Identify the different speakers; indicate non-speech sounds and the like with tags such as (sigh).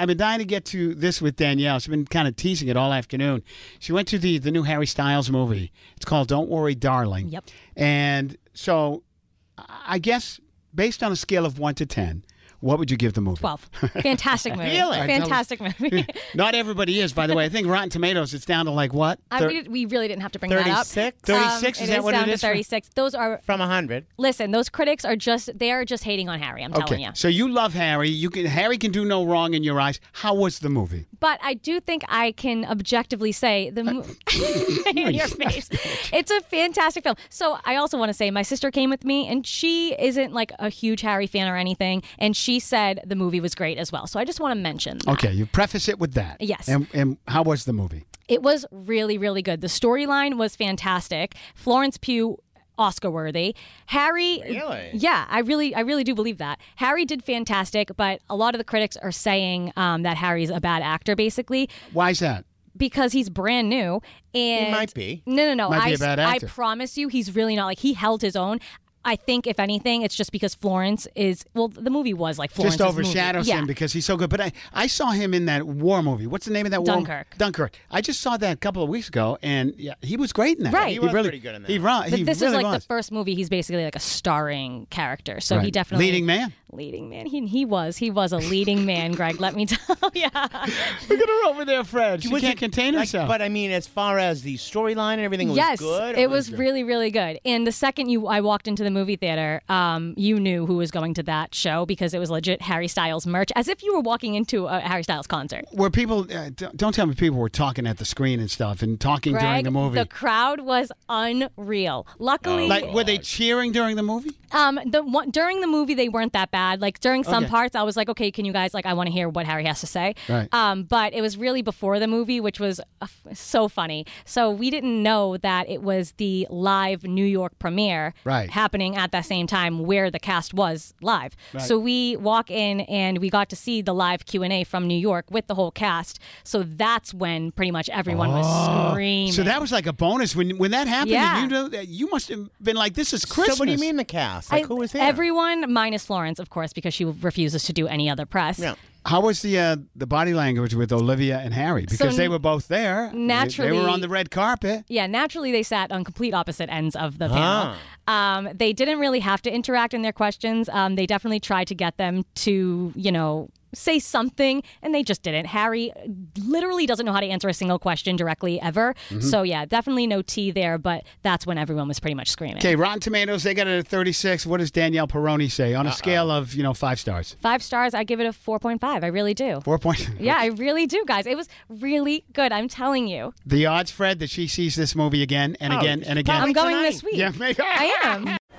Speaker 1: I've been dying to get to this with Danielle. She's been kind of teasing it all afternoon. She went to the the new Harry Styles movie. It's called Don't Worry, Darling.
Speaker 2: Yep.
Speaker 1: And so, I guess based on a scale of one to ten, what would you give the movie?
Speaker 2: 12. Fantastic movie.
Speaker 1: Really?
Speaker 2: Fantastic movie.
Speaker 1: Not everybody is, by the way. I think Rotten Tomatoes. It's down to like what?
Speaker 2: I, we, did, we really didn't have to bring that up.
Speaker 3: 36?
Speaker 1: 36?
Speaker 2: Um,
Speaker 1: Is that what it
Speaker 2: down
Speaker 1: is?
Speaker 2: to 36. Those are,
Speaker 3: From 100.
Speaker 2: listen, those critics are just, they are just hating on Harry, I'm telling
Speaker 1: okay.
Speaker 2: you.
Speaker 1: So you love Harry. You can Harry can do no wrong in your eyes. How was the movie?
Speaker 2: But I do think I can objectively say
Speaker 1: (laughs)
Speaker 2: the mo- (laughs) your face. It's a fantastic film. So I also want to say my sister came with me, and she isn't like a huge Harry fan or anything, and she said the movie was great as well. So I just want to mention that.
Speaker 1: Okay, you preface it with that.
Speaker 2: Ah. Yes.
Speaker 1: And and how was the movie?
Speaker 2: it was really really good. The storyline was fantastic. Florence Pugh. Oscar worthy. Harry
Speaker 3: Really?
Speaker 2: Yeah, I really I really do believe that. Harry did fantastic, but a lot of the critics are saying um, that Harry's a bad actor basically
Speaker 1: Why is that?
Speaker 2: because he's brand new and
Speaker 3: might be.
Speaker 2: No, no, no.
Speaker 1: Might
Speaker 2: I,
Speaker 1: be a bad
Speaker 2: I
Speaker 1: actor.
Speaker 2: promise you he's really not like he held his own. I think if anything it's just because Florence is well the movie was like Florence
Speaker 1: Just overshadows him because he's so good. But I, I saw him in that war movie. What's the name of that war?
Speaker 2: Dunkirk.
Speaker 1: Dunkirk. I just saw that a couple of weeks ago, and yeah, he was great in that.
Speaker 2: Right. He
Speaker 3: was pretty good in that.
Speaker 1: He, ro-
Speaker 2: But
Speaker 1: he
Speaker 2: this
Speaker 1: really
Speaker 2: is like
Speaker 1: was.
Speaker 2: the first movie he's basically like a starring character. So he
Speaker 1: Right.
Speaker 2: definitely
Speaker 1: Leading man.
Speaker 2: Leading man. He he was. He was a leading man, Greg, let me (laughs) tell
Speaker 1: (laughs)
Speaker 2: you.
Speaker 1: Look at her over there, Fred. She
Speaker 3: Was
Speaker 1: can't
Speaker 3: it-
Speaker 1: contain
Speaker 3: like,
Speaker 1: herself.
Speaker 3: But I mean, as far as the storyline and everything
Speaker 2: yes,
Speaker 3: was good.
Speaker 2: it was really, really good. And the second you, I walked into the movie theater, um, you knew who was going to that show because it was legit Harry Styles merch, as if you were walking into a Harry Styles concert.
Speaker 1: were people? Uh, don't- don't tell me people were talking at the screen and stuff, and talking during
Speaker 2: Greg,
Speaker 1: the movie. Oh.
Speaker 2: crowd was unreal. Luckily,
Speaker 1: like, were they cheering during the movie?
Speaker 2: um, the one, during the movie they weren't that bad. Like during some
Speaker 1: Okay.
Speaker 2: parts, I was like, okay, can you guys like, I want to hear what Harry has to say.
Speaker 1: Right.
Speaker 2: Um, but it was really before the movie, which was uh, f- so funny. So we didn't know that it was the live New York premiere
Speaker 1: Right.
Speaker 2: happening at the same time where the cast was live. So we walk in and we got to see the live Q and A from New York with the whole cast. So that's when pretty much everyone was screaming.
Speaker 1: So that was like a bonus when when that happened.
Speaker 2: Yeah.
Speaker 1: And you know, that- you must have been like, "This is
Speaker 3: So
Speaker 1: Christmas."
Speaker 3: what do you mean the cast? Like,
Speaker 2: I-
Speaker 3: who was there?
Speaker 2: Everyone minus Florence, of course, because she refuses to do any other press.
Speaker 3: Yeah.
Speaker 1: How was the uh, the body language with Olivia and Harry? Because they
Speaker 2: n-
Speaker 1: were both there. They- they
Speaker 2: naturally-
Speaker 1: were on the red carpet.
Speaker 2: Yeah, naturally they sat on complete opposite ends of the panel.
Speaker 1: Ah.
Speaker 2: Um, they didn't really have to interact in their questions. Um, they definitely tried to get them to, you know, say something, and they just didn't. Harry literally doesn't know how to answer a single question directly ever.
Speaker 1: Mm-hmm.
Speaker 2: So yeah, definitely no tea there. But that's when everyone was pretty much screaming.
Speaker 1: Okay, Rotten Tomatoes, they got it at 36. What does Danielle Peroni say on a scale of, you know, five stars?
Speaker 2: Five stars. I give it a four point five. I really do.
Speaker 1: Four point.
Speaker 2: Yeah, I really do, guys. It was really good. I'm telling you.
Speaker 1: The odds, Fred, that she sees this movie again and again and again.
Speaker 2: I'm going
Speaker 3: tonight.
Speaker 2: this week.
Speaker 1: yeah, maybe.
Speaker 2: I
Speaker 1: (laughs)
Speaker 2: am.